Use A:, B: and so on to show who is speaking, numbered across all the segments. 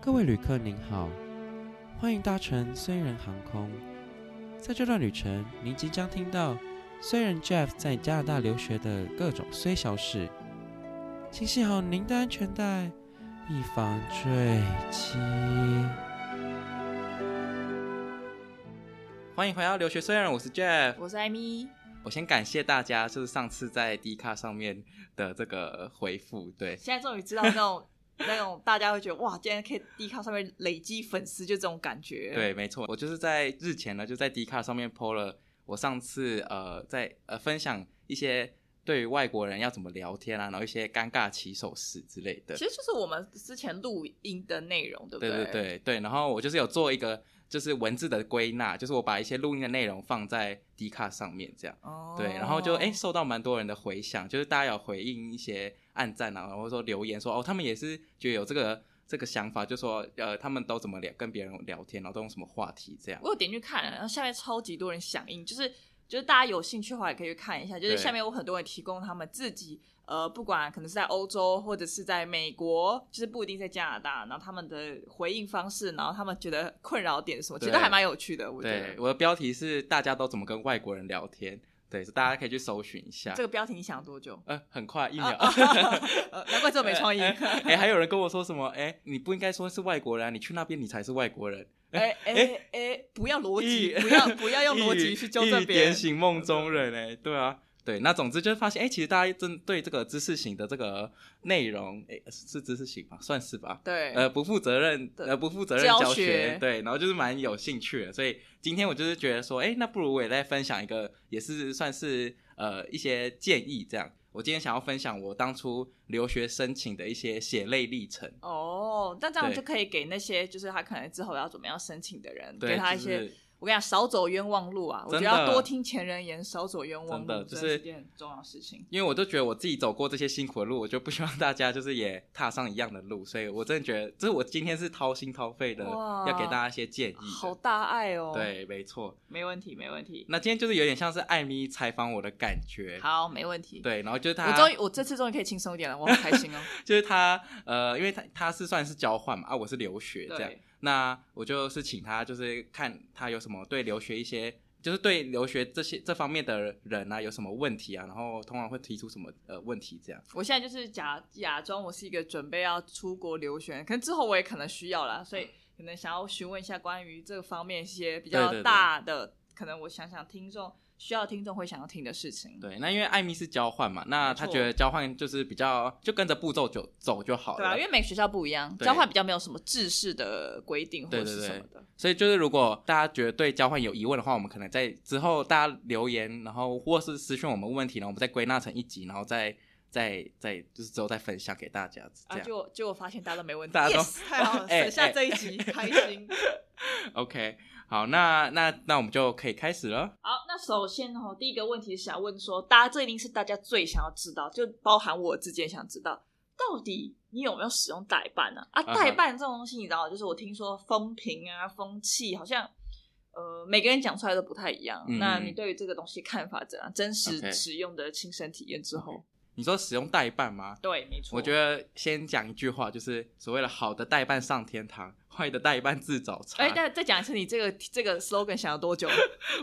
A: 各位旅客您好，欢迎搭乘虽然航空。在这段旅程，您即将听到虽然 Jeff 在加拿大留学的各种虽小事。请系好您的安全带，以防坠机。欢迎回到留学虽然，我是 Jeff。
B: 我是艾米。
A: 我先感谢大家，就是上次在 D 卡上面的这个回复，对，
B: 现在终于知道那种那种大家会觉得哇，竟然可以 D 卡上面累积粉丝，就这种感觉。
A: 对，没错，我就是在日前呢，就在 d 卡上面 PO 了我上次呃在呃分享一些对于外国人要怎么聊天啊，然后一些尴尬起手式之类的。
B: 其实就是我们之前录音的内容，对不
A: 对对
B: 对
A: 对对，然后我就是有做一个就是文字的归纳，就是我把一些录音的内容放在 d 卡上面这样。
B: 哦，
A: 对，然后就哎、诶受到蛮多人的回响，就是大家有回应一些暗赞啊，然后说留言说哦，他们也是觉得有这个这个想法，就说呃，他们都怎么聊跟别人聊天，然后都用什么话题这样。
B: 我有点去看，然后下面超级多人响应，就是就是大家有兴趣的话也可以去看一下，就是
A: 对
B: 下面有很多人提供他们自己呃，不管可能是在欧洲或者是在美国，就是不一定在加拿大，然后他们的回应方式，然后他们觉得困扰点是什么，
A: 对
B: 觉得还蛮有趣的，我觉
A: 对，
B: 得。
A: 我的标题是大家都怎么跟外国人聊天，对，大家可以去搜寻一下。
B: 这个标题你想了多久？
A: 呃，很快一秒，
B: 呃难怪这么没创意。
A: 哎、还有人跟我说什么？哎、你不应该说是外国人、啊，你去那边你才是外国人。
B: 哎哎哎，不要逻辑，
A: 呃 一
B: 不要不要用逻辑去纠正
A: 一语
B: 别
A: 点
B: 人。
A: 醒梦中人、哎，对啊，对。那总之就是发现，哎、其实大家真对这个知识型的这个内容，哎、是知识型吧，算是吧。
B: 对，
A: 呃，不负责任，
B: 对
A: 呃，不负责任
B: 教
A: 教
B: 学
A: 对，然后就是蛮有兴趣的，所以今天我就是觉得说，哎，那不如我也来分享一个，也是算是呃一些建议这样。我今天想要分享我当初留学申请的一些血泪历程，
B: 哦，那这样
A: 对
B: 就可以给那些就是他可能之后要怎么样申请的人，
A: 对，
B: 给他
A: 就
B: 一些。
A: 是
B: 我跟你讲，少走冤枉路啊！我
A: 真
B: 觉
A: 的
B: 得要多听前人言，少走冤枉
A: 真
B: 路，
A: 的就是
B: 真的是一件很重要的事情。
A: 因为我就觉得我自己走过这些辛苦的路，我就不希望大家就是也踏上一样的路，所以我真的觉得，这是我今天是掏心掏肺的
B: 哇
A: 要给大家一些建议的。
B: 好大爱哦！，
A: 对，没错。
B: 没问题，没问题。
A: 那今天就是有点像是艾米采访我的感觉，
B: 好，没问题。，
A: 对，然后就是他，
B: 我终于，我这次终于可以轻松一点了，我好开 心哦。
A: 就是他，呃，因为他他是算是交换嘛，啊，我是留学这样，
B: 对，
A: 那我就是请他，就是看他有什么对留学一些，就是对留学这些这方面的人啊，有什么问题啊，然后通常会提出什么呃问题这样。
B: 我现在就是假假装我是一个准备要出国留学，可能之后我也可能需要啦，所以可能想要询问一下关于这个方面一些比
A: 对对
B: 较
A: 对
B: 大的，可能我想想听众需要听众会想要听的事情。
A: 对，那因为艾米是交换嘛，那
B: 没
A: 他
B: 错
A: 觉得交换就是比较就跟着步骤就走就好了。
B: 对啊，因为每个学校不一样，
A: 对
B: 交换比较没有什么制式的规定或
A: 对
B: 者
A: 对
B: 是
A: 对
B: 什么的。
A: 所以就是如果大家觉得对交换有疑问的话，我们可能在之后大家留言，然后或是私讯我们问问题，然后我们再归纳成一集，然后再再再就是之后再分享给大家这
B: 啊，
A: 样。
B: 结果结果发现大家都没问题，
A: 大家都
B: yes, 太好了，
A: 哎
B: 省下
A: 哎
B: 这一集，开心。
A: OK，好，那那那我们就可以开始了。
B: 好，那首先哦，第一个问题是想问说，大家这一定是大家最想要知道，就包含我自己也想知道，到底你有没有使用代办呢、啊？
A: 嗯哼
B: 代办这种东西，你知道，就是我听说风评啊、风气好像。呃，每个人讲出来都不太一样。
A: 嗯
B: 那你对于这个东西看法怎样？真实
A: OK
B: 使用的亲身体验之后
A: 你说使用代办吗？
B: 对，没错。
A: 我觉
B: 得，
A: 得先讲一句话，就是所谓的好的代办上天堂，坏的代办自找茬。
B: 哎、再再讲一次，你这个这个 slogan 想了多 久？欸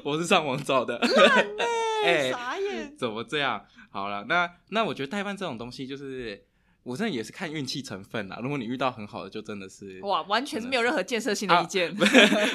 A: 我是上网找的。 哎
B: 傻眼。
A: 怎么这样？好了，那那我觉得代办这种东西，就是我真的也是看运气成分啦。如果你遇到很好的，就真的啊是
B: 哇，完全是没有任何建设性的意 见。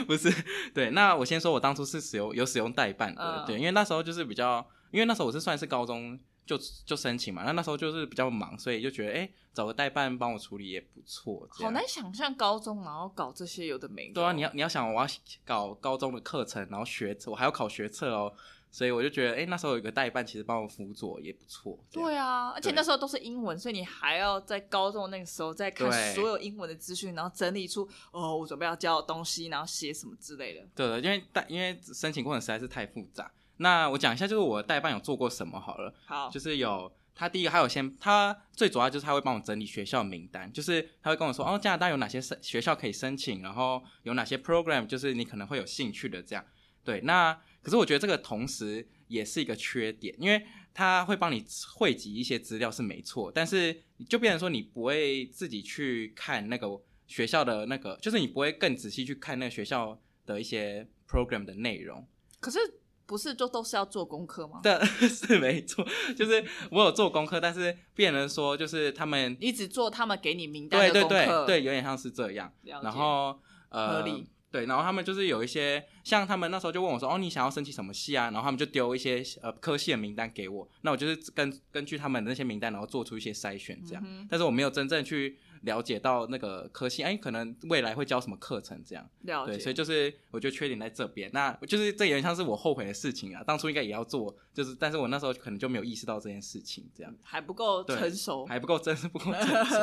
A: 不是对。那我先说，我当初是使用有使用代办的，
B: 嗯
A: 对，因为那时候就是比较，因为那时候我是算是高中就就申请嘛，那那时候就是比较忙，所以就觉得哎、找个代办帮我处理也不错。这
B: 好
A: 样
B: 难想象高中然后搞这些有的没的。哦
A: 对啊，你要你要想，我要搞高中的课程，然后学我还要考学测哦，所以我就觉得哎、那时候有一个代办，其实帮我辅佐也不错。这样
B: 对啊，而且
A: 对
B: 那时候都是英文，所以你还要在高中那个时候再看
A: 对
B: 所有英文的资讯，然后整理出哦，我准备要教的东西，然后写什么之类的。
A: 对的，因为代因为申请过程实在是太复杂。那我讲一下，就是我的代办有做过什么好了，
B: 好，
A: 就是有他第一个，还有先他最主要就是他会帮我整理学校名单，就是他会跟我说哦，加拿大有哪些申学校可以申请，然后有哪些 program 就是你可能会有兴趣的这样。对，那可是我觉得这个同时也是一个缺点，因为他会帮你汇集一些资料是没错，但是就变成说你不会自己去看那个学校的那个，就是你不会更仔细去看那个学校的一些 program 的内容。
B: 可是不是就都是要做功课吗？
A: 但 是没错，就是我有做功课，但是变人说就是他们
B: 你只做他们给你名单
A: 对
B: 的
A: 对
B: 功课，
A: 对对，有点像是这样。
B: 了解
A: 然后呃，
B: 合理
A: 对，然后他们就是有一些，像他们那时候就问我说，哦，你想要申请什么系啊？然后他们就丢一些呃科系的名单给我，那我就是根根据他们的那些名单，然后做出一些筛选这样。
B: 嗯哼
A: 但是我没有真正去了解到那个科系，哎，可能未来会教什么课程这样。
B: 了
A: 对，
B: 解，
A: 所以就是我觉得缺点在这边，那就是这有点像是我后悔的事情啊，当初应该也要做，就是但是我那时候可能就没有意识到这件事情，这样
B: 还不够
A: 对
B: 成熟。
A: 还不够真，不够真实。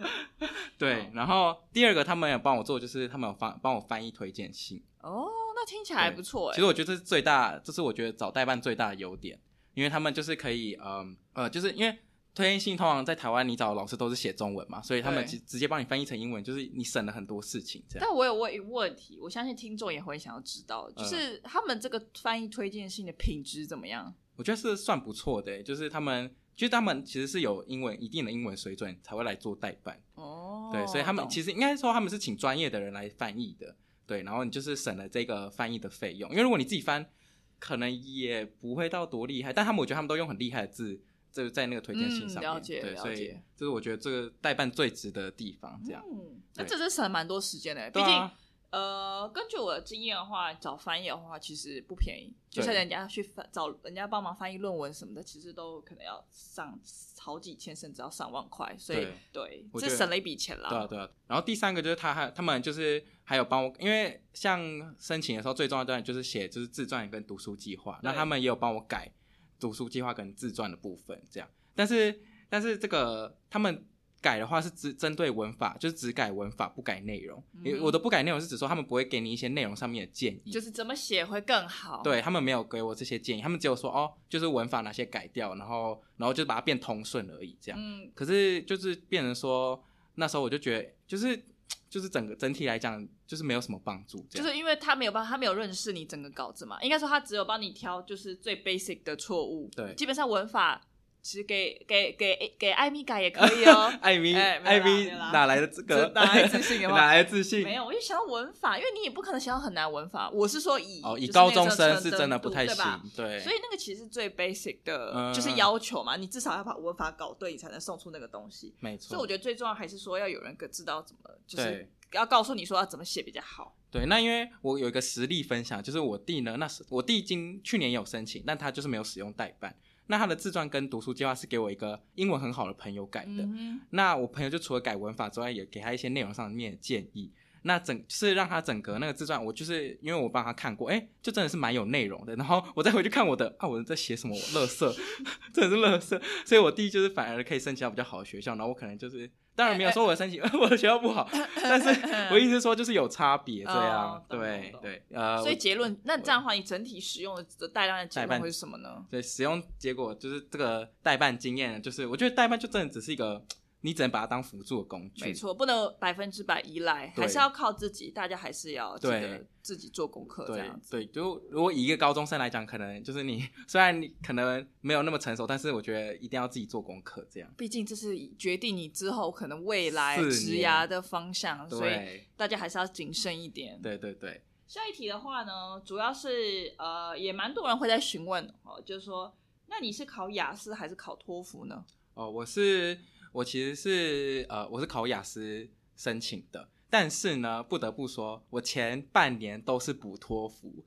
B: 嗯
A: 对，然后第二个他们有帮我做，就是他们有翻帮我翻译推荐信，
B: 哦，那听起来还
A: 对
B: 不错
A: 其
B: 哎
A: 实。我觉得这是最大，这是我觉得找代办最大的优点，因为他们就是可以，嗯呃，就是因为推荐信通常在台湾你找的老师都是写中文嘛，所以他们
B: 对
A: 直直接帮你翻译成英文，就是你省了很多事情，这样。
B: 但我有问一个问题，我相信听众也会想要知道，
A: 嗯
B: 就是他们这个翻译推荐信的品质怎么样？
A: 我觉得是算不错的欸，就是他们，就是他们其实是有英文一定的英文水准才会来做代办，
B: 哦，
A: 对，所以他们
B: 懂
A: 其实应该说他们是请专业的人来翻译的，对，然后你就是省了这个翻译的费用，因为如果你自己翻，可能也不会到多厉害，但他们我觉得他们都用很厉害的字，就是在那个推荐信
B: 嗯
A: 上面，
B: 了解
A: 对，
B: 了
A: 所以
B: 解
A: 这是我觉得这个代办最值得的地方，这样，
B: 嗯，那
A: 对
B: 这真省蛮多时间的，毕
A: 对
B: 竟、
A: 啊，
B: 呃，根据我的经验的话，找翻译的话其实不便宜，就
A: 对
B: 是人家去翻找人家帮忙翻译论文什么的，其实都可能要上好几千甚至要上万块，所以对，
A: 我
B: 这
A: 觉得
B: 省了一笔钱啦。
A: 对啊，对啊。然后第三个就是他还他们就是还有帮我，因为像申请的时候最重要的当然就是写就是自传跟读书计划，
B: 对
A: 那他们也有帮我改读书计划跟自传的部分这样。但是但是这个他们改的话是只针对文法，就是只改文法不改内容。因为
B: 嗯
A: 我的不改内容是指说他们不会给你一些内容上面的建议，
B: 就是怎么写会更好。，
A: 对他们没有给我这些建议，他们只有说哦，就是文法哪些改掉，然后然后就把它变通顺而已这样。
B: 嗯，
A: 可是就是变成说，那时候我就觉得，就是就是整个整体来讲，就是没有什么帮助，这
B: 就
A: 样。
B: 是因为他没有帮，他没有认识你整个稿子嘛，应该说他只有帮你挑就是最 basic 的错误。
A: 对。
B: 基本上文法其实给给给给艾米改也可以哦
A: 艾米，
B: 哎没
A: 艾
B: 有啦
A: 米
B: 没有啦
A: 哪来的这个
B: 这？哪来自 信有没有
A: 哪来自信？
B: 没有，我就想要文法，因为你也不可能想要很难文法。我是说以
A: 哦，以
B: 就是那
A: 高
B: 个
A: 中生是
B: 程
A: 真的
B: 度
A: 不太
B: 对
A: 行
B: 吧，
A: 对。
B: 所以那个其实是最 basic 的，
A: 嗯
B: 就是要求嘛，你至少要把文法搞对，你才能送出那个东西。
A: 没
B: 所以我
A: 错，
B: 觉得最重要还是说要有人可知道怎么，就是
A: 对
B: 要告诉你说要怎么写比较好。
A: 对。那因为我有一个实例分享，就是我弟呢，那时我弟今去年有申请，但他就是没有使用代办。那他的自传跟读书计划是给我一个英文很好的朋友改的，
B: 嗯
A: 那我朋友就除了改文法之外，也给他一些内容上面的建议。那整是让他整个那个自传，我就是因为我帮他看过，哎、就真的是蛮有内容的。然后我再回去看我的啊，我在写什么我垃圾， 真的是垃圾。所以我弟就是反而可以申请到比较好的学校，然后我可能就是当然没有说我的申请、 我的学校不 好，但是我意思是说就是有差别这样，
B: 哦懂
A: 对
B: 懂
A: 对呃，
B: 所以结论，那这样的话，你整体使用的带量的结
A: 代办
B: 论会是什么呢？
A: 对，使用结果就是这个代办经验，就是我觉得代办就真的只是一个，你只能把它当辅助的工具，
B: 没错，不能百分之百依赖，
A: 对
B: 还是要靠自己。大家还是要记得
A: 对
B: 自己做功课，这
A: 对
B: 样子。
A: 对，就如果以一个高中生来讲，可能就是你 虽然你可能没有那么成熟，但是我觉得一定要自己做功课，这样。
B: 毕竟这是决定你之后可能未来
A: 四
B: 职
A: 年
B: 涯的方向，所以
A: 对
B: 大家还是要谨慎一点。
A: 对对对，
B: 下一题的话呢，主要是呃，也蛮多人会在询问哦，就是说，那你是考雅思还是考托福呢？
A: 哦，我是我其实是呃我是考雅思申请的，但是呢，不得不说，我前半年都是补托福。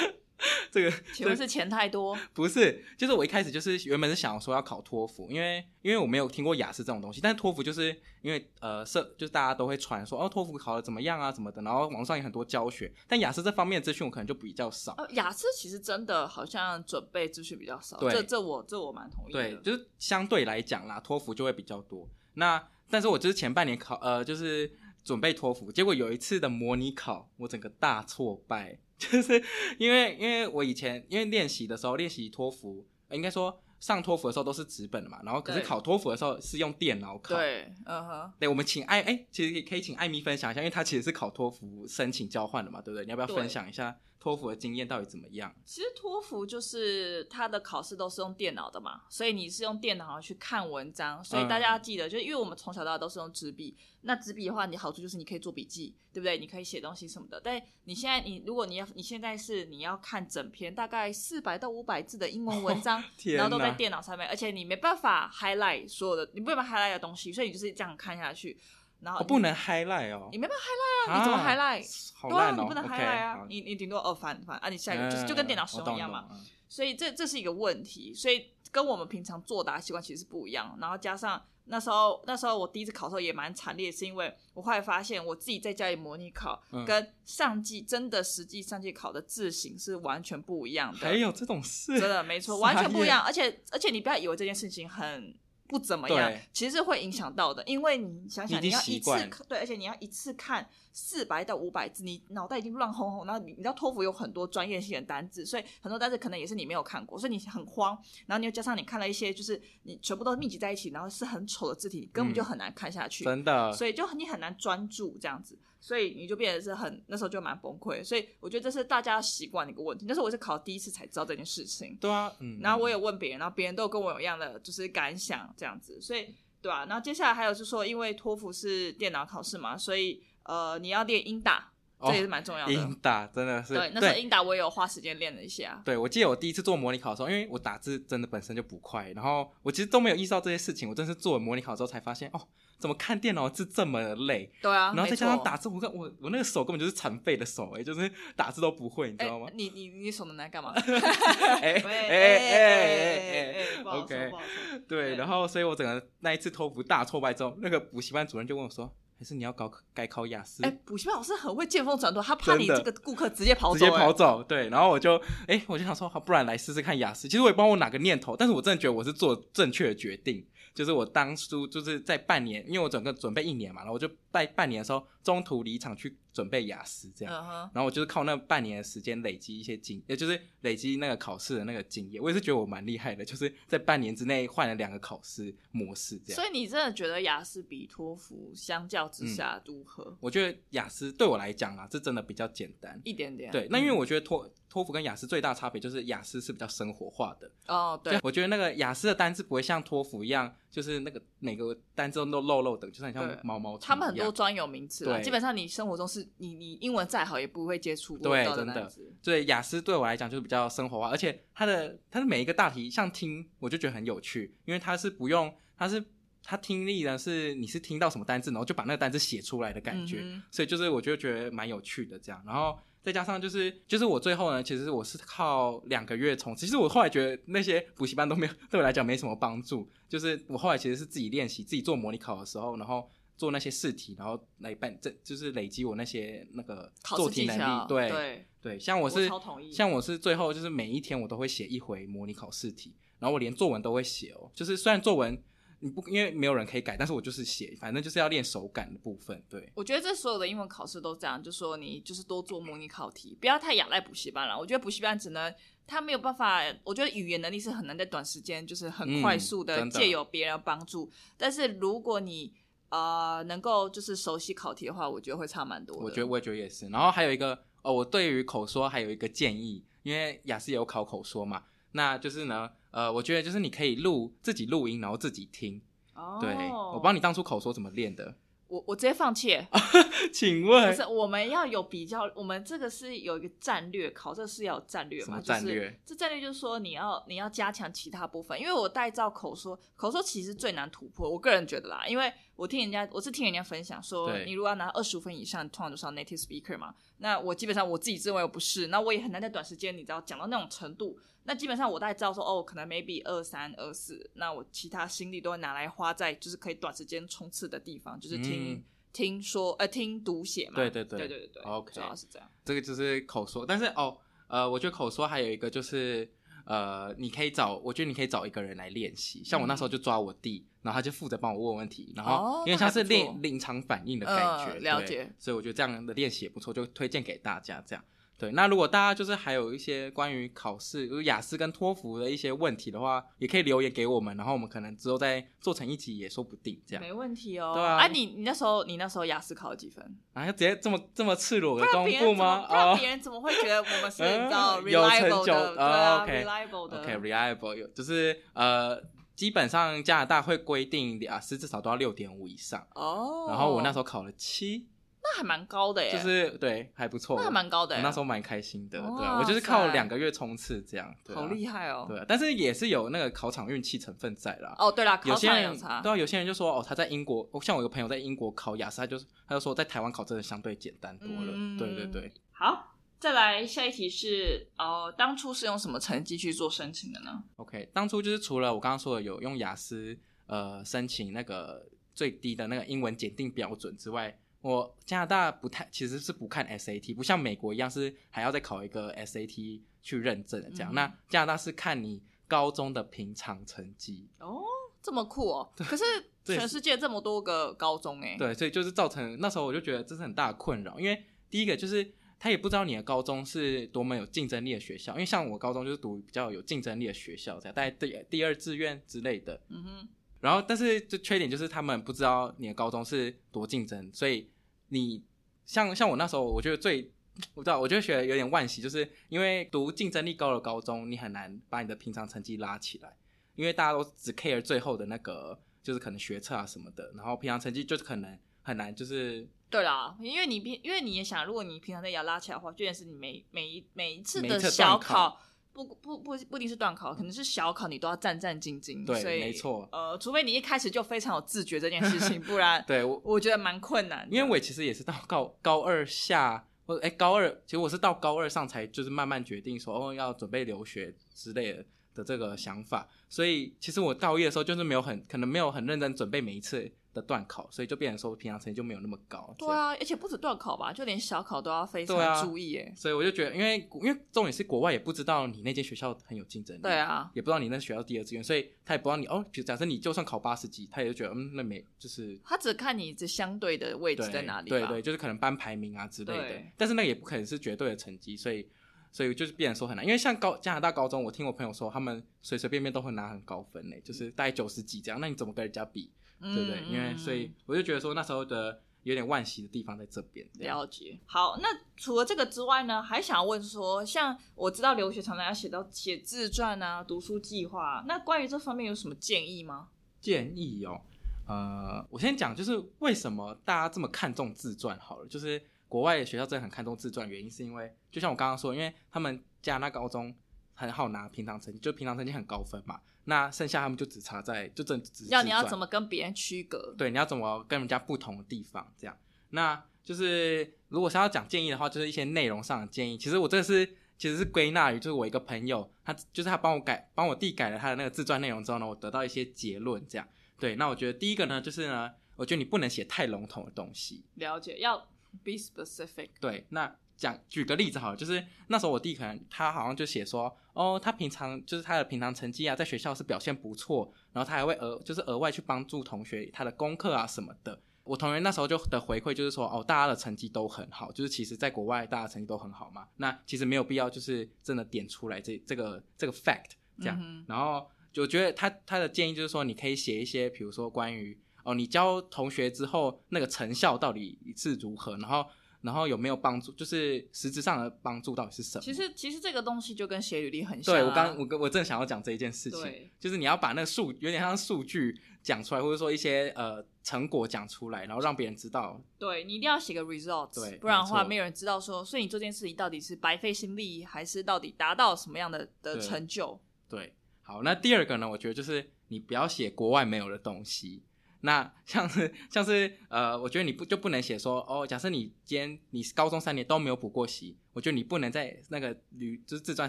A: 这个
B: 请问是钱太多？
A: 不是，就是我一开始就是原本是想说要考托福，因为因为我没有听过雅思这种东西，但是托福就是因为呃社就是大家都会传说哦托福考的怎么样啊什么的，然后网上有很多教学，但雅思这方面的资讯我可能就比较少。
B: 呃，雅思其实真的好像准备资讯比较少，
A: 对
B: 这这我这我蛮同意的。
A: 对，就是相对来讲啦，托福就会比较多。那但是我就是前半年考呃就是准备托福，结果有一次的模拟考，我整个大挫败， 就是因为因为我以前因为练习的时候练习托福，呃应该说上托福的时候都是纸本的嘛，然后可是
B: 对
A: 考托福的时候是用电脑考。
B: 对，嗯哼，
A: 对，我们请艾哎、其实也可以请艾米分享一下，因为她其实是考托福申请交换的嘛，对不对？你要不要
B: 对
A: 分享一下托福的经验到底怎么样？
B: 其实托福就是它的考试都是用电脑的嘛，所以你是用电脑去看文章，所以大
A: 嗯
B: 家要记得，就是因为我们从小到大都是用纸笔，那纸笔的话，你好处就是你可以做笔记，对不对？你可以写东西什么的。但你现在你如果你要你现在是你要看整篇大概四百到五百字的英文文章，
A: 天
B: 然后都在
A: 哪
B: 电脑上面，而且你没办法 highlight 所有的，你没办法 highlight 的东西，所以你就是这样看下去，然后
A: 我、
B: 你
A: 哦不能 highlight 哦
B: 你，没办法 highlight 啊，你怎么 highlight？、
A: 好
B: 对啊，
A: 烂哦
B: 你不能
A: OK，
B: highlight 啊
A: 好
B: 你你顶多哦翻翻啊，你下一个就是就跟电脑使用一样嘛。。
A: 嗯嗯我懂我懂嗯
B: 所以这这是一个问题，所以跟我们平常作答习惯其实不一样。然后加上那时候那时候我第一次考的时候也蛮惨烈，是因为我后来发现我自己在家里模拟考、
A: 嗯
B: 跟上季真的实际上季考的字形是完全不一样
A: 还
B: 的，
A: 有这种事，
B: 真的没错，
A: 傻
B: 完全不一样。而且而且你不要以为这件事情很。不怎么样
A: 对，
B: 其实会影响到的，因为你想想，你
A: 你已经
B: 要
A: 习
B: 一次
A: 惯
B: 看对，而且你要一次看四百到五百字，你脑袋已经乱哄哄，然后你你知道托福有很多专业性的单字，所以很多单字可能也是你没有看过，所以你很慌，然后你又加上你看了一些就是你全部都密集在一起，然后是很丑的字体，你根本就很难看下去，
A: 嗯真的，
B: 所以就你很难专注这样子，所以你就变得是很那时候就蛮崩溃，所以我觉得这是大家习惯的一个问题，但是我是考第一次才知道这件事情，
A: 对啊，嗯。
B: 然后我也问别人，然后别人都跟我有一样的就是感想这样子，所以对啊，然后接下来还有就是说，因为托福是电脑考试嘛，所以呃你要练英打，
A: 哦
B: 这也是蛮重要的。
A: 英打真的是
B: 对，那时候英打我也有花时间练了一下。
A: 对，我记得我第一次做模拟考的时候，因为我打字真的本身就不快，然后我其实都没有意识到这些事情。我真是做了模拟考之后才发现，哦，怎么看电脑字这么累？
B: 对啊，
A: 然后再
B: 没
A: 加上
B: 错
A: 打字，我看我我那个手根本就是残废的手、哎，就是打字都不会，你知
B: 哎
A: 道吗？
B: 你你你手能拿来干嘛？
A: 哎哎
B: 喂
A: 哎哎
B: 哎不哎好说，
A: ，OK，
B: 不好说。
A: 对。
B: 对
A: 然后，所以我整个那一次托福大挫败之后，那个补习班主任就问我说：“还是你要搞改考雅思？”
B: 哎，补习班老师很会见风转舵，他怕你
A: 真
B: 这
A: 的
B: 个顾客直接跑走，
A: 直接
B: 哎
A: 跑走，对，然后我就，哎、我就想说，好，不然来试试看雅思。其实我也不知道我哪个念头，但是我真的觉得我是做正确的决定，就是我当初就是在半年，因为我整个准备一年嘛，然后我就在半年的时候中途离场去准备雅思这样，
B: 嗯哼，
A: 然后我就是靠那半年的时间累积一些经，也就是累积那个考试的那个经验。我也是觉得我蛮厉害的，就是在半年之内换了两个考试模式这样。
B: 所以你真的觉得雅思比托福相较之
A: 嗯
B: 下如何？
A: 我觉得雅思对我来讲啊，是真的比较简单。
B: 一点点。
A: 对，那因为我觉得托托福跟雅思最大差别就是雅思是比较生活化的，
B: 哦，对
A: 就，我觉得那个雅思的单字不会像托福一样，就是那个每个单字都漏漏的，就是很像
B: 对
A: 毛毛虫一样。
B: 他们很多专有名词啦，
A: 对
B: 基本上你生活中是你你英文再好也不会接触过
A: 对
B: 到
A: 真的
B: 单词。
A: 对雅思对我来讲就是比较生活化，而且它的它的每一个大题，像听我就觉得很有趣，因为它是不用，它是它听力呢是你是听到什么单字，然后就把那个单字写出来的感觉，
B: 嗯哼
A: 所以就是我就觉得蛮有趣的这样，然后。再加上就是就是我最后呢，其实我是靠两个月从，其实我后来觉得那些补习班都没有对我来讲没什么帮助，就是我后来其实是自己练习，自己做模拟考的时候，然后做那些试题，然后来办这就是累积我那些那个
B: 考
A: 做
B: 试
A: 题
B: 技
A: 能
B: 巧
A: 力，，对
B: 对，
A: 对，像我
B: 我
A: 是
B: 超同意
A: 像我是最后就是每一天我都会写一回模拟考试题，然后我连作文都会写哦。就是虽然作文你不因为没有人可以改，但是我就是写，反正就是要练手感的部分。对，
B: 我觉得这所有的英文考试都这样，就说你就是多做模拟考题，不要太仰赖补习班了。我觉得补习班只能他没有办法，我觉得语言能力是很难在短时间就是很快速
A: 嗯
B: 的
A: 真的
B: 借由别人的帮助，但是如果你呃能够就是熟悉考题的话，我觉得会差蛮多的。
A: 我觉得我也觉得也是。然后还有一个哦，我对于口说还有一个建议，因为雅思也有考口说嘛，那就是呢，呃，我觉得就是你可以录自己录音，然后自己听。
B: 哦，
A: 对，我帮你当初口说怎么练的？
B: 我我直接放弃。
A: 请
B: 不
A: 问
B: 是，我们要有比较，我们这个是有一个战略，考这个是要有战略
A: 什么
B: 嘛？
A: 战
B: 就
A: 略
B: 是、这战略就是说你要你要加强其他部分，因为我带照口说，口说其实最难突破，我个人觉得啦，因为我听人家我是听人家分享说，
A: 对
B: 你如果要拿二十五分以上，通常都是要 native speaker 嘛。那我基本上我自己认为我不是，那我也很难在短时间你知道讲到那种程度。那基本上我大概知道说，哦，可能 maybe 二三二四，那我其他心力都会拿来花在就是可以短时间冲刺的地方，就是听、
A: 嗯
B: 听说呃听读写嘛。
A: 对对对
B: 对对对对
A: OK
B: 主要是这样。
A: 这个就是口说，但是哦，呃，我觉得口说还有一个就是，呃，你可以找，我觉得你可以找一个人来练习。像我那时候就抓我弟，然后他就负责帮我问问题，然后
B: 嗯哦
A: 因为像是
B: 那还不错
A: 临临场反应的感觉，
B: 嗯了
A: 对
B: 解。
A: 所以我觉得这样的练习也不错，就推荐给大家这样。对，那如果大家就是还有一些关于考试，就是雅思跟托福的一些问题的话，也可以留言给我们，然后我们可能之后再做成一集也说不定这样。
B: 没问题哦。
A: 对啊
B: 哎、你你那时候你那时候雅思考了几分？
A: 啊，要直接这么这么赤裸
B: 不
A: 的
B: 然
A: 公
B: 别
A: 布
B: 人怎么
A: 吗？
B: 不然
A: 哦
B: 别人怎么会觉得我 们是你知道
A: 嗯有成
B: reliable
A: 就
B: 的？对
A: 哦
B: 啊
A: ，OK
B: ，reliable 的。
A: ，OK，reliable 有就是呃，基本上加拿大会规定雅思至少都要六点五以上，
B: 哦。
A: 然后我那时候考了七，
B: 那还蛮高的耶，
A: 就是对还不错，
B: 那还蛮高的
A: 我
B: 耶。
A: 那时候蛮开心的，对啊，
B: 哇
A: 我就是靠
B: 塞
A: 两个月冲刺这样，对啊
B: 好厉害哦。
A: 对啊，但是也是有那个考场运气成分在啦。
B: 哦，对啦，考
A: 有些
B: 场
A: 人
B: 有差。
A: 对啊，有些人就说哦，他在英国，哦像我有个朋友在英国考雅思，他就是他就说在台湾考真的相对简单多了。
B: 嗯
A: 对对对，
B: 好，再来下一题是哦，当初是用什么成绩去做申请的呢？
A: OK，当初就是除了我刚刚说的有用雅思呃申请那个最低的那个英文检定标准之外，我加拿大不太其实是不看 SAT，不像美国一样是还要再考一个 SAT 去认证的这样。
B: 嗯
A: 那加拿大是看你高中的平常成绩，
B: 哦，这么酷 哦！可是
A: 这也
B: 全世界这么多个高中哎，
A: 对，所以就是造成那时候我就觉得这是很大的困扰，因为第一个就是他也不知道你的高中是多么有竞争力的学校，因为像我高中就是读比较有竞争力的学校，这样大概第第二志愿之类的。
B: 嗯哼，
A: 然后，但是就缺点就是他们不知道你的高中是多竞争，所以你像像我那时候，我觉得最我不知道，我就觉得有点惋惜，就是因为读竞争力高的高中，你很难把你的平常成绩拉起来，因为大家都只 care 最后的那个就是可能学测啊什么的，然后平常成绩就是可能很难就是
B: 对啦，因为你平，因为你也想，如果你平常在牙拉起来的话，就算是你每每一每一次
A: 每一
B: 的
A: 次
B: 小
A: 段
B: 考，不不不不一定是段考，可能是小考，你都要战战兢兢。
A: 对
B: 所以
A: 没错
B: 呃，除非你一开始就非常有自觉这件事 情，不然
A: 对我
B: 我觉得蛮困难的。
A: 因为我其实也是到高高二下，或者哎高二，其实我是到高二上才就是慢慢决定说哦要准备留学之类的的这个想法，所以其实我高一的时候就是没有很可能没有很认真准备每一次的段考，所以就变成说平常成绩就没有那么高。这
B: 对
A: 样，
B: 啊，而且不止段考吧，就连小考都要非
A: 对
B: 常
A: 啊
B: 注意耶。
A: 所以我就觉得，因为因为重点是国外也不知道你那间学校很有竞争力，
B: 对，啊，
A: 也不知道你那学校第二志愿，所以他也不知道你哦，比如假设你就算考八十几，他也就觉得嗯那没就是
B: 他只看你这相对的位置
A: 对
B: 在哪里吧。
A: 对对，就是可能班排名啊之类的
B: 对，
A: 但是那个也不可能是绝对的成绩，所以所以就是变成说很难。因为像高加拿大高中，我听我朋友说，他们随随便便都会拿很高分呢、就是大概九十几这样，那你怎么跟人家比，
B: 嗯
A: 对不对？因为
B: 嗯
A: 所以我就觉得说那时候的有点惋惜的地方在这边。这样
B: 了解。好，那除了这个之外呢，还想问说，像我知道留学常常要写到写自传啊、读书计划啊，那关于这方面有什么建议吗？
A: 建议哦，呃，我先讲就是为什么大家这么看重自传好了，就是国外的学校真的很看重自传，原因是因为就像我刚刚说，因为他们加拿大高中很好拿平常成绩，就平常成绩很高分嘛，那剩下他们就只差在就真的只是
B: 要
A: 自
B: 你要
A: 传
B: 怎么跟别人区隔？
A: 对，你要怎么跟人家不同的地方这样。那就是如果是要讲建议的话，就是一些内容上的建议。其实我这是其实是归纳于就是我一个朋友，他就是他帮我改帮我弟改了他的那个自传内容之后呢，我得到一些结论这样。对，那我觉得第一个呢，就是呢，我觉得你不能写太笼统的东西。
B: 了解，要 be specific。
A: 对，那讲举个例子好了，就是那时候我弟可能他好像就写说，哦，他平常就是他的平常成绩啊，在学校是表现不错，然后他还会额就是额外去帮助同学他的功课啊什么的。我同学那时候就的回馈就是说，哦，大家的成绩都很好，就是其实在国外大家成绩都很好嘛，那其实没有必要就是真的点出来这这个这个 fact 这样。
B: 嗯
A: 然后就觉得他他的建议就是说，你可以写一些，比如说关于哦，你教同学之后那个成效到底是如何，然后然后有没有帮助，就是实质上的帮助到底是
B: 哼
A: 什么？
B: 其实其实这个东西就跟写履历很像、啊。
A: 对我刚我跟我正想要讲这一件事情，
B: 对
A: 就是你要把那个数有点像数据讲出来，或者说一些呃成果讲出来，然后让别人知道。
B: 对，你一定要写个 results，
A: 对
B: 不然的
A: 没
B: 话
A: 错
B: 没有人知道说，所以你做这件事情到底是白费心力，还是到底达到什么样的的
A: 对
B: 成就？
A: 对，好，那第二个呢，我觉得就是你不要写国外没有的东西。那像是像是呃，我觉得你不就不能写说哦，假设你今天你高中三年都没有补过习，我觉得你不能在那个履就是自传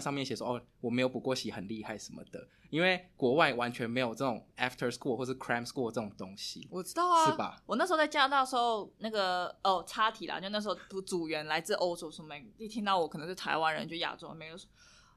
A: 上面写说哦，我没有补过习很厉害什么的，因为国外完全没有这种 after school 或是 cram school 这种东西。
B: 我知道啊，
A: 是吧？
B: 我那时候在加拿大的时候，那个哦，插题啦，就那时候组组员来自欧洲，什么一听到我可能是台湾人，就亚洲，没人说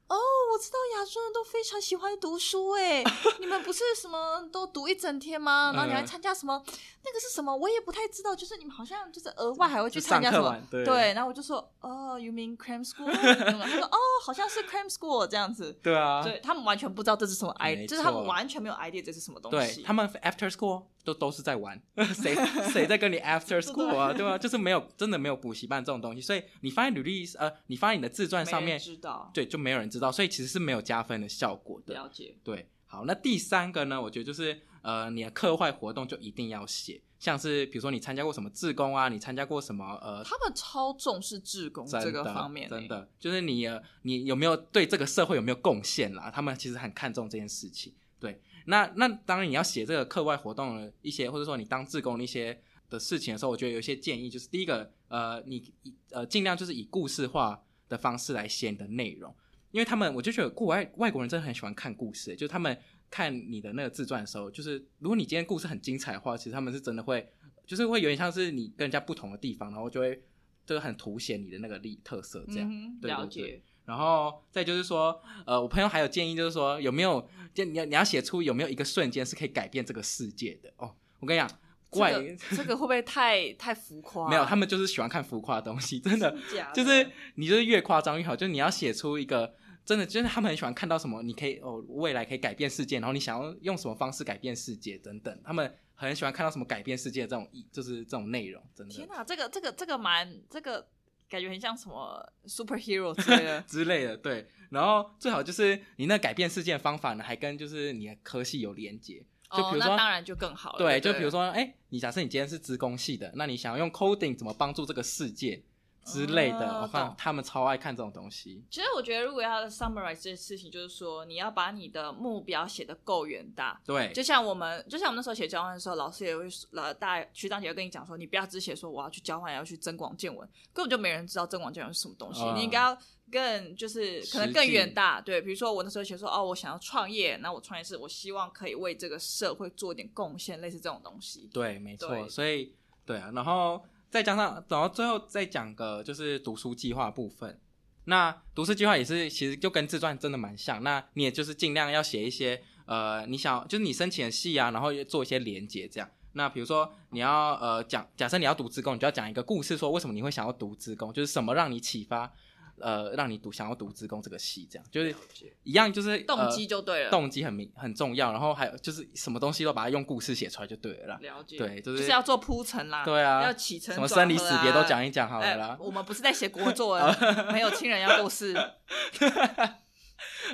B: 哦我知道亚洲人都非常喜欢读书哎、 你们不是什么都读一整天吗？然后你还
A: 嗯
B: 参加什么、那个是什么？我也不太知道，就是你们好像就是额外还会去
A: 就
B: 参
A: 上
B: 加什
A: 课
B: 么
A: 完？对
B: 对，然后我就说哦，you mean cram school？然后他说哦，好像是 cram school 这样子。
A: 对啊，
B: 对他们完全不知道这是什么 idea，
A: 没
B: 就是他们
A: 错
B: 完全没有 idea 这是什么东西。
A: 对他们 after school 都都是 在玩，谁谁在跟你 after school 啊？对吧、就是没有真的没有补习班这种东西，所以你发现履历呃，你发现你的自传
B: 没
A: 上
B: 人
A: 面
B: 知道
A: 对就没有人知道，所以其实是没有加分的效果的。
B: 了解，
A: 对，好，那第三个呢，我觉得就是呃，你的课外活动就一定要写，像是比如说你参加过什么志工啊，你参加过什么呃。
B: 他们超重视志工
A: 真
B: 这个
A: 的
B: 方面、欸
A: 真。的就是你呃你有没有对这个社会有没有贡献啦？他们其实很看重这件事情。对，那那当然你要写这个课外活动的一些，或者说你当志工的一些的事情的时候，我觉得有一些建议，就是第一个，呃，你以呃尽量就是以故事化的方式来写你的内容，因为他们我就觉得国外外国人真的很喜欢看故事，欸就是他们看你的那个自传的时候，就是如果你今天故事很精彩的话，其实他们是真的会，就是会有点像是你跟人家不同的地方，然后就会就是很凸显你的那个力特色这样。
B: 嗯哼，
A: 对
B: 了
A: 对对
B: 解。
A: 然后再就是说，呃，我朋友还有建议，就是说有没有，就你要你要写出有没有一个瞬间是可以改变这个世界的哦。我跟你讲，怪、
B: 这 个这个会不会太太浮夸？
A: 没有，他们就是喜欢看浮夸的东西，真的
B: 假的
A: 就是你就是越夸张越好，就是你要写出一个真的，就是他们很喜欢看到什么，你可以哦未来可以改变世界，然后你想要用什么方式改变世界等等，他们很喜欢看到什么改变世界的这种意，就是这种内容，真的。
B: 天哪，这个这个这个蛮这个感觉很像什么 superhero 之类的
A: 之类的，对。然后最好就是你那改变世界的方法呢，还跟就是你的科系有连接， 就
B: 哦
A: 比如，说、
B: 那当然就更好了。
A: 对，
B: 哦对，
A: 就比如，说，哎、你假设你今天是职工系的，那你想要用 coding 怎么帮助这个世界之类的，
B: 哦
A: 我看
B: 懂
A: 他们超爱看这种东西。
B: 其实我觉得如果要 summarize 这件事情，就是说你要把你的目标写得够远大。
A: 对，
B: 就像我们，就像我们那时候写交换的时候，老师也会说，老大学长姐会跟你讲说，你不要只写说我要去交换，要去增广见闻，根本就没人知道增广见闻是什么东西。
A: 嗯
B: 你应该要更就是可能
A: 实
B: 更
A: 际
B: 远大，对，比如说我那时候写说，哦，我想要创业，那我创业是我希望可以为这个社会做一点贡献，类似这种东西。
A: 对，没错。
B: 对
A: 所以对啊，然后再加上，然后最后再讲个就是读书计划部分。那读书计划也是，其实就跟自传真的蛮像。那你也就是尽量要写一些呃，你想就是你申请的系啊，然后也做一些连接这样。那比如说你要呃讲，假设你要读职工，你就要讲一个故事，说为什么你会想要读职工，就是什么让你启发，呃，让你读想要读职工这个系，这样就是一样，就是
B: 动
A: 呃
B: 机就对了，
A: 动机很明很重要，然后还有就是什么东西都把它用故事写出来就对了啦。
B: 了解，
A: 对就是
B: 是要做铺陈啦，
A: 对啊，
B: 要起承
A: 什么
B: 转
A: 生离
B: 合
A: 死
B: 啊
A: 别都讲一讲好
B: 哎
A: 了啦。
B: 我们不是在写国 作文，没有亲人要过世。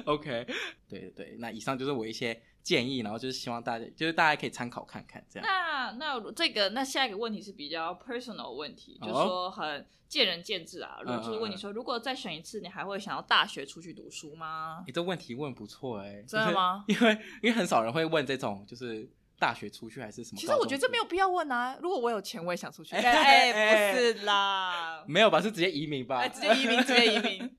A: OK，对对对，那以上就是我一些建议，然后就是希望大家就是大家可以参考看看这样。
B: 那那这个那下一个问题是比较 personal 问题，
A: 哦
B: 就是说很见仁见智啊。如
A: 嗯嗯
B: 就是问你说，如果再选一次，你还会想要大学出去读书吗？
A: 你这问题问不错哎、
B: 真的吗？
A: 就是因为因为很少人会问这种就是大学出去还是什么。
B: 其实我觉得这没有必要问啊。如果我有钱，我也想 出去。哎，
A: 哎
B: 不是 啦，
A: 没有吧，是直接移民吧？
B: 哎，直接移民，直接移民。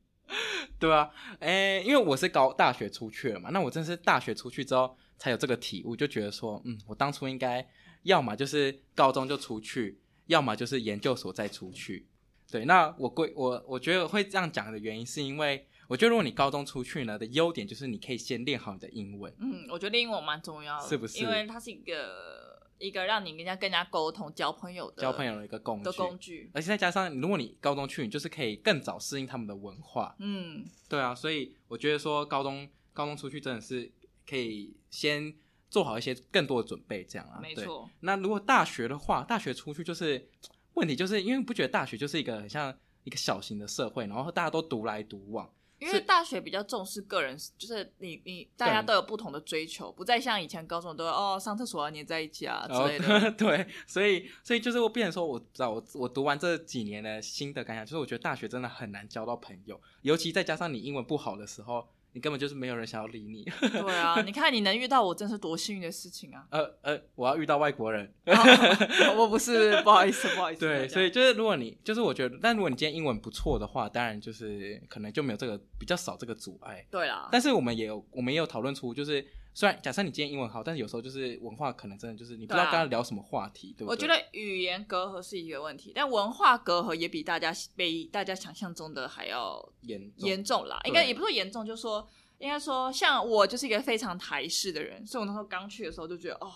A: 对啊，哎、因为我是高大学出去了嘛，那我真是大学出去之后才有这个体悟，就觉得说，嗯，我当初应该要么就是高中就出去，要么就是研究所再出去。对，那我归我我觉得会这样讲的原因，是因为我觉得如果你高中出去呢的优点就是你可以先练好你的英文，
B: 嗯，我觉得英文蛮重要的，
A: 是不是
B: 因为它是一个一个让你跟人家跟人家沟通、交朋友的
A: 交朋友的一个工具
B: 的，工具。
A: 而且再加上如果你高中去，你就是可以更早适应他们的文化。
B: 嗯，
A: 对啊，所以我觉得说高中高中出去真的是可以先做好一些更多的准备，这样啊。
B: 没
A: 对。
B: 错。
A: 那如果大学的话，大学出去就是问题，就是因为不觉得大学就是一个很像一个小型的社会，然后大家都独来独往。
B: 因为大学比较重视个人，就是你你大家都有不同的追求，不再像以前高中都会哦上厕所要黏在一起啊之
A: 然后
B: 类的。
A: 对，所以所以就是我变成说，我知道我我读完这几年的新的感想，就是我觉得大学真的很难交到朋友，尤其再加上你英文不好的时候，你根本就是没有人想要理你。
B: 对啊，你看你能遇到我，真是多幸运的事情啊！
A: 呃呃，我要遇到外国人，
B: 哦我不是，不好意思，不好意思。
A: 对，所以就是如果你就是我觉得，但如果你今天英文不错的话，当然就是可能就没有这个比较少这个阻碍。
B: 对啦，
A: 但是我们也有我们也有讨论出，就是虽然假设你今天英文好，但是有时候就是文化可能真的就是你不知
B: 对
A: 道
B: 啊
A: 跟他聊什么话题，对不对？
B: 我觉得语言隔阂是一个问题，但文化隔阂也比大家比大家想象中的还要
A: 严重
B: 严重啦。
A: 对
B: 应该也不是说严重，就说应该说，像我就是一个非常台式的人，所以我那时候刚去的时候就觉得，哦，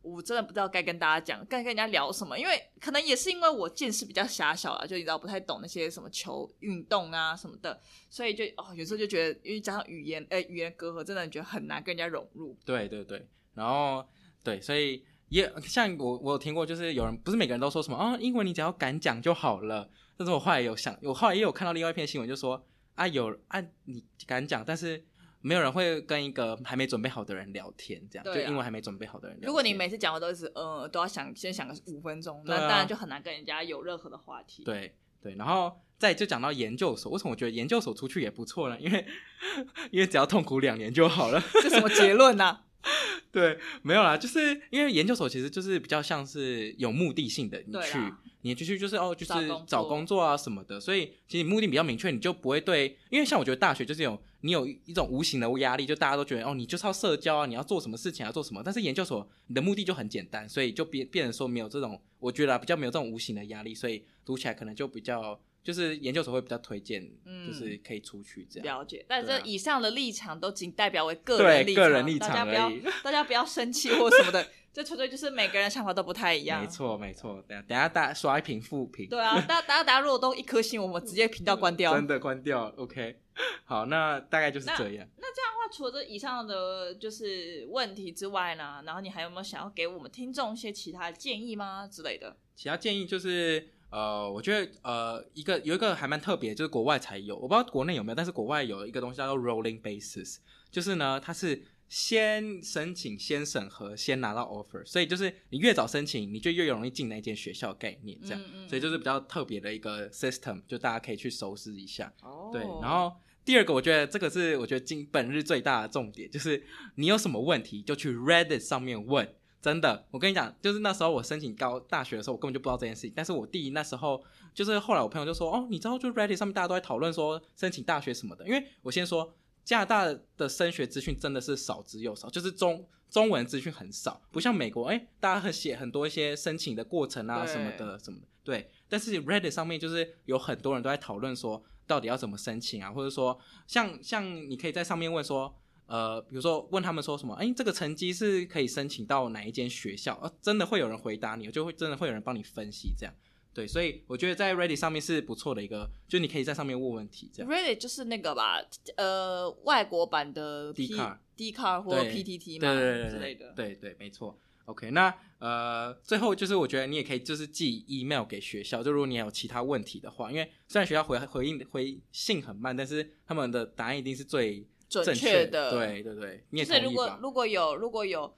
B: 我真的不知道该跟大家讲，该跟人家聊什么，因为可能也是因为我见识比较狭小啊啦，就你知道不太懂那些什么球运动啊什么的，所以就哦，有时候就觉得，因为加上语言，呃，语言隔阂，真的觉得很难跟人家融入。
A: 对对对，然后对，所以也像我我有听过，就是有人不是每个人都说什么啊、英文你只要敢讲就好了。但是我后来有想，我后来也有看到另外一篇新闻，就说啊有啊你敢讲，但是没有人会跟一个还没准备好的人聊天，这样、就
B: 对啊
A: 英文还没准备好的人聊天。
B: 如果你每次讲话都是呃，都要想先想个五分钟，那
A: 对啊
B: 当然就很难跟人家有任何的话题。
A: 对对，然后再就讲到研究所，为什么我觉得研究所出去也不错呢？因为 因为只要痛苦两年就好了。
B: 这什么结论啊 呢、
A: 对，没有啦，就是因为研究所其实就是比较像是有目的性的，你
B: 对
A: 去
B: 啦
A: 你去就是哦，就是
B: 找工作
A: 找工作啊什么的，所以其实目的比较明确，你就不会对，因为像我觉得大学就是有你有一种无形的压力，就大家都觉得哦，你就是要社交啊，你要做什么事情啊，做什么，但是研究所你的目的就很简单，所以就变变成说没有这种，我觉得、啊、比较没有这种无形的压力，所以读起来可能就比较就是研究所会比较推荐，
B: 嗯
A: 就是可以出去这样，
B: 了解，但
A: 对啊
B: 这以上的立场都仅代表为个人
A: 对
B: 立啊
A: 个人立
B: 大家
A: 场
B: 不
A: 而
B: 要
A: 已。
B: 大家不要生气或什么的， 这纯粹就是每个人想法都不太一样。
A: 没，错，没错。等下，等下，大家刷一瓶负评。
B: 对啊，大家大家大家如果都一颗星，我们直接频道关掉。
A: 真的关掉。OK，好， 那大概就是这样。
B: 那除了这以上的就是问题之外呢，然后你还有没有想要给我们听众一些其他的建议吗之类的？
A: 其他建议就是，呃，我觉得呃，一个有一个还蛮特别，就是国外才有，我不知道国内有没有，但是国外有一个东西叫做 rolling basis，就是呢，它是先申请、先审核、先拿到 offer，所以就是你越早申请，你就越容易进那间学校的概念这样。
B: 嗯嗯
A: 所以就是比较特别的一个 system，就大家可以去熟知一下。
B: 哦
A: 对，然后第二个，我觉得这个是我觉得今本日最大的重点，就是你有什么问题就去 Reddit 上面问。真的，我跟你讲，就是那时候我申请高大学的时候，我根本就不知道这件事情。但是我弟那时候，就是后来我朋友就说，哦，你知道，就 Reddit 上面大家都在讨论说申请大学什么的。因为我先说，加拿大的升学资讯真的是少之又少，就是中中文资讯很少，不像美国，哎、大家很写很多一些申请的过程
B: 对
A: 啊什么的什么的。对，但是 Reddit 上面就是有很多人都在讨论说，到底要怎么申请啊，或者说像像你可以在上面问说，呃，比如说问他们说什么，哎、这个成绩是可以申请到哪一间学校？呃，真的会有人回答你，就会真的会有人帮你分析这样。对，所以我觉得在 Ready 上面是不错的一个，就你可以在上面问问题这样。
B: Reddit 就是那个吧，呃，外国版的 P
A: Dcard
B: D car 或
A: 对
B: PTT 嘛
A: 对对对
B: 之类
A: 对
B: 的。
A: 对对，没错。OK，那呃，最后就是我觉得你也可以就是寄 email 给学校，就如果你有其他问题的话，因为虽然学校回回应回信很慢，但是他们的答案一定是最
B: 准
A: 正
B: 确
A: 确
B: 的
A: 对对对，你也
B: 就是
A: 同
B: 如
A: 意
B: 果
A: 吧？
B: 如果有如果有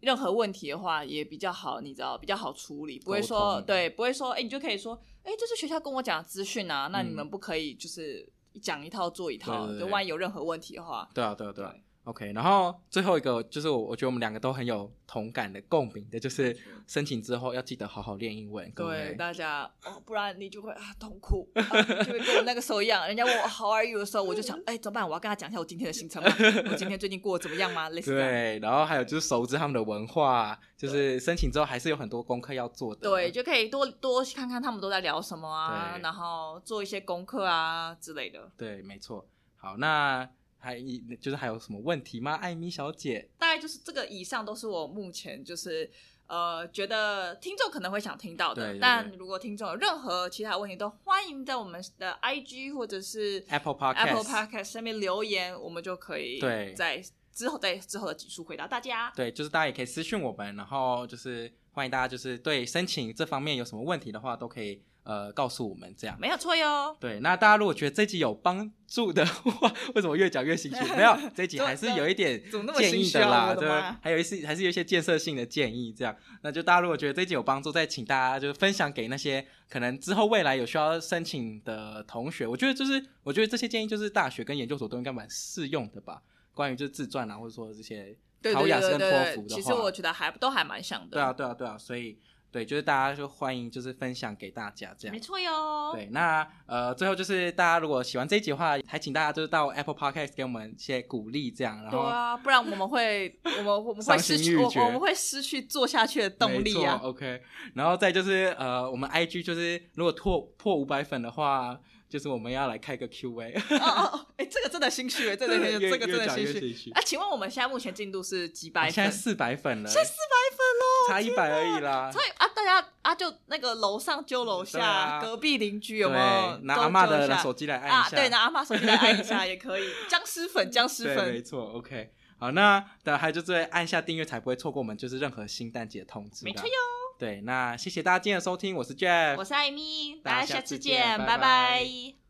B: 任何问题的话，也比较好，你知道比较好处理，不会
A: 沟
B: 说
A: 通
B: 对，不会说哎、你就可以说哎、这是学校跟我讲的资讯啊，那
A: 嗯
B: 你们不可以就是讲一套做一套，
A: 对对对
B: 就万一有任何问题的话，
A: 对啊，对啊，对啊。OK，然后最后一个就是我，我觉得我们两个都很有同感的共鸣的，就是申请之后要记得好好练英文，各
B: 对
A: 位。
B: 大家哦，不然你就会啊痛苦，啊就会跟我那个时候一样，人家问我 How are you 的时候，我就想哎、怎么办？我要跟他讲一下我今天的行程嘛，我今天最近过得怎么样吗？类似这样。
A: 对，然后还有就是熟知他们的文化，就是申请之后还是有很多功课要做的。
B: 对，就可以多多看看他们都在聊什么啊
A: 对，
B: 然后做一些功课啊之类的。
A: 对，没错。好，那还就是还有什么问题吗，艾米小姐？
B: 大概就是这个以上都是我目前就是呃觉得听众可能会想听到的，
A: 对对对
B: 但如果听众有任何其他问题，都欢迎在我们的 IG 或者是
A: Apple Podcast
B: Apple Podcast 上面留言，我们就可以
A: 对
B: 在之后在之后的集数回答大家。
A: 对，就是大家也可以私讯我们，然后就是欢迎大家就是对申请这方面有什么问题的话，都可以呃告诉我们这样。
B: 没有错哟，
A: 对，那大家如果觉得这集有帮助的话， 为什么越讲越心虚？没有，这集还是有一点
B: 怎么那么
A: 建
B: 心
A: 议
B: 虚
A: 的
B: 啊？
A: 啦，
B: 我的
A: 对
B: 妈，！
A: 还有一些还是有一些建设性的建议，这样，那就大家如果觉得这集有帮助，再请大家就是分享给那些可能之后未来有需要申请的同学。我觉得就是，我觉得这些建议就是大学跟研究所都应该蛮适用的吧，关于就是自传啊，或者说这些
B: 对
A: 考
B: 对
A: 雅思
B: 对
A: 跟
B: 对
A: 托
B: 对
A: 福
B: 对，
A: 的话，
B: 其实我觉得还都还蛮像的。
A: 对啊，对啊，对啊，所以对，就是大家就欢迎就是分享给大家这样
B: 没。错哟。
A: 对，那呃，最后就是大家如果喜欢这一集的话，还请大家就是到 Apple Podcast 给我们一些鼓励，这样，然
B: 对
A: 后
B: 啊，不然我们会，我们我们会
A: 伤
B: 失
A: 心
B: 去，
A: 欲
B: 我
A: 绝
B: 我们会失去做下去的动力
A: 没错
B: 啊。
A: OK，然后再就是呃，我们 IG 就是如果破破五百粉的话，就是我们要来开个 Q&A，
B: 哦哦哦，哎，这个真的心虚 哎，这个
A: 越
B: 这个真
A: 越
B: 的
A: 讲
B: 心
A: 越
B: 虚。
A: 虚。
B: 啊，请问我们现在目前进度是几百
A: 啊 现在
B: 粉？
A: 四百粉了，
B: 现在四百粉喽。
A: 差一百而已啦。
B: 所以啊，大家啊，就那个楼上揪楼
A: 对
B: 下，
A: 啊
B: 隔壁邻居有
A: 对
B: 没有，
A: 拿
B: 都
A: 阿嬷
B: 揪一
A: 的
B: 下
A: 手机来按一下。
B: 啊，对，拿阿妈手机来按一下也可以。僵尸粉，僵尸
A: 对，没
B: 粉，
A: 错，OK。好，那的还有就是按下订阅才不会错过我们就是任何新单集的通知。
B: 没错哟。。
A: 对，那谢谢大家今天的收听，我是 Jeff，
B: 我是艾米，
A: 大
B: 大
A: 家
B: 家
A: 下
B: 下
A: 次
B: 次
A: 见
B: 见，
A: 拜
B: 拜
A: 拜
B: 拜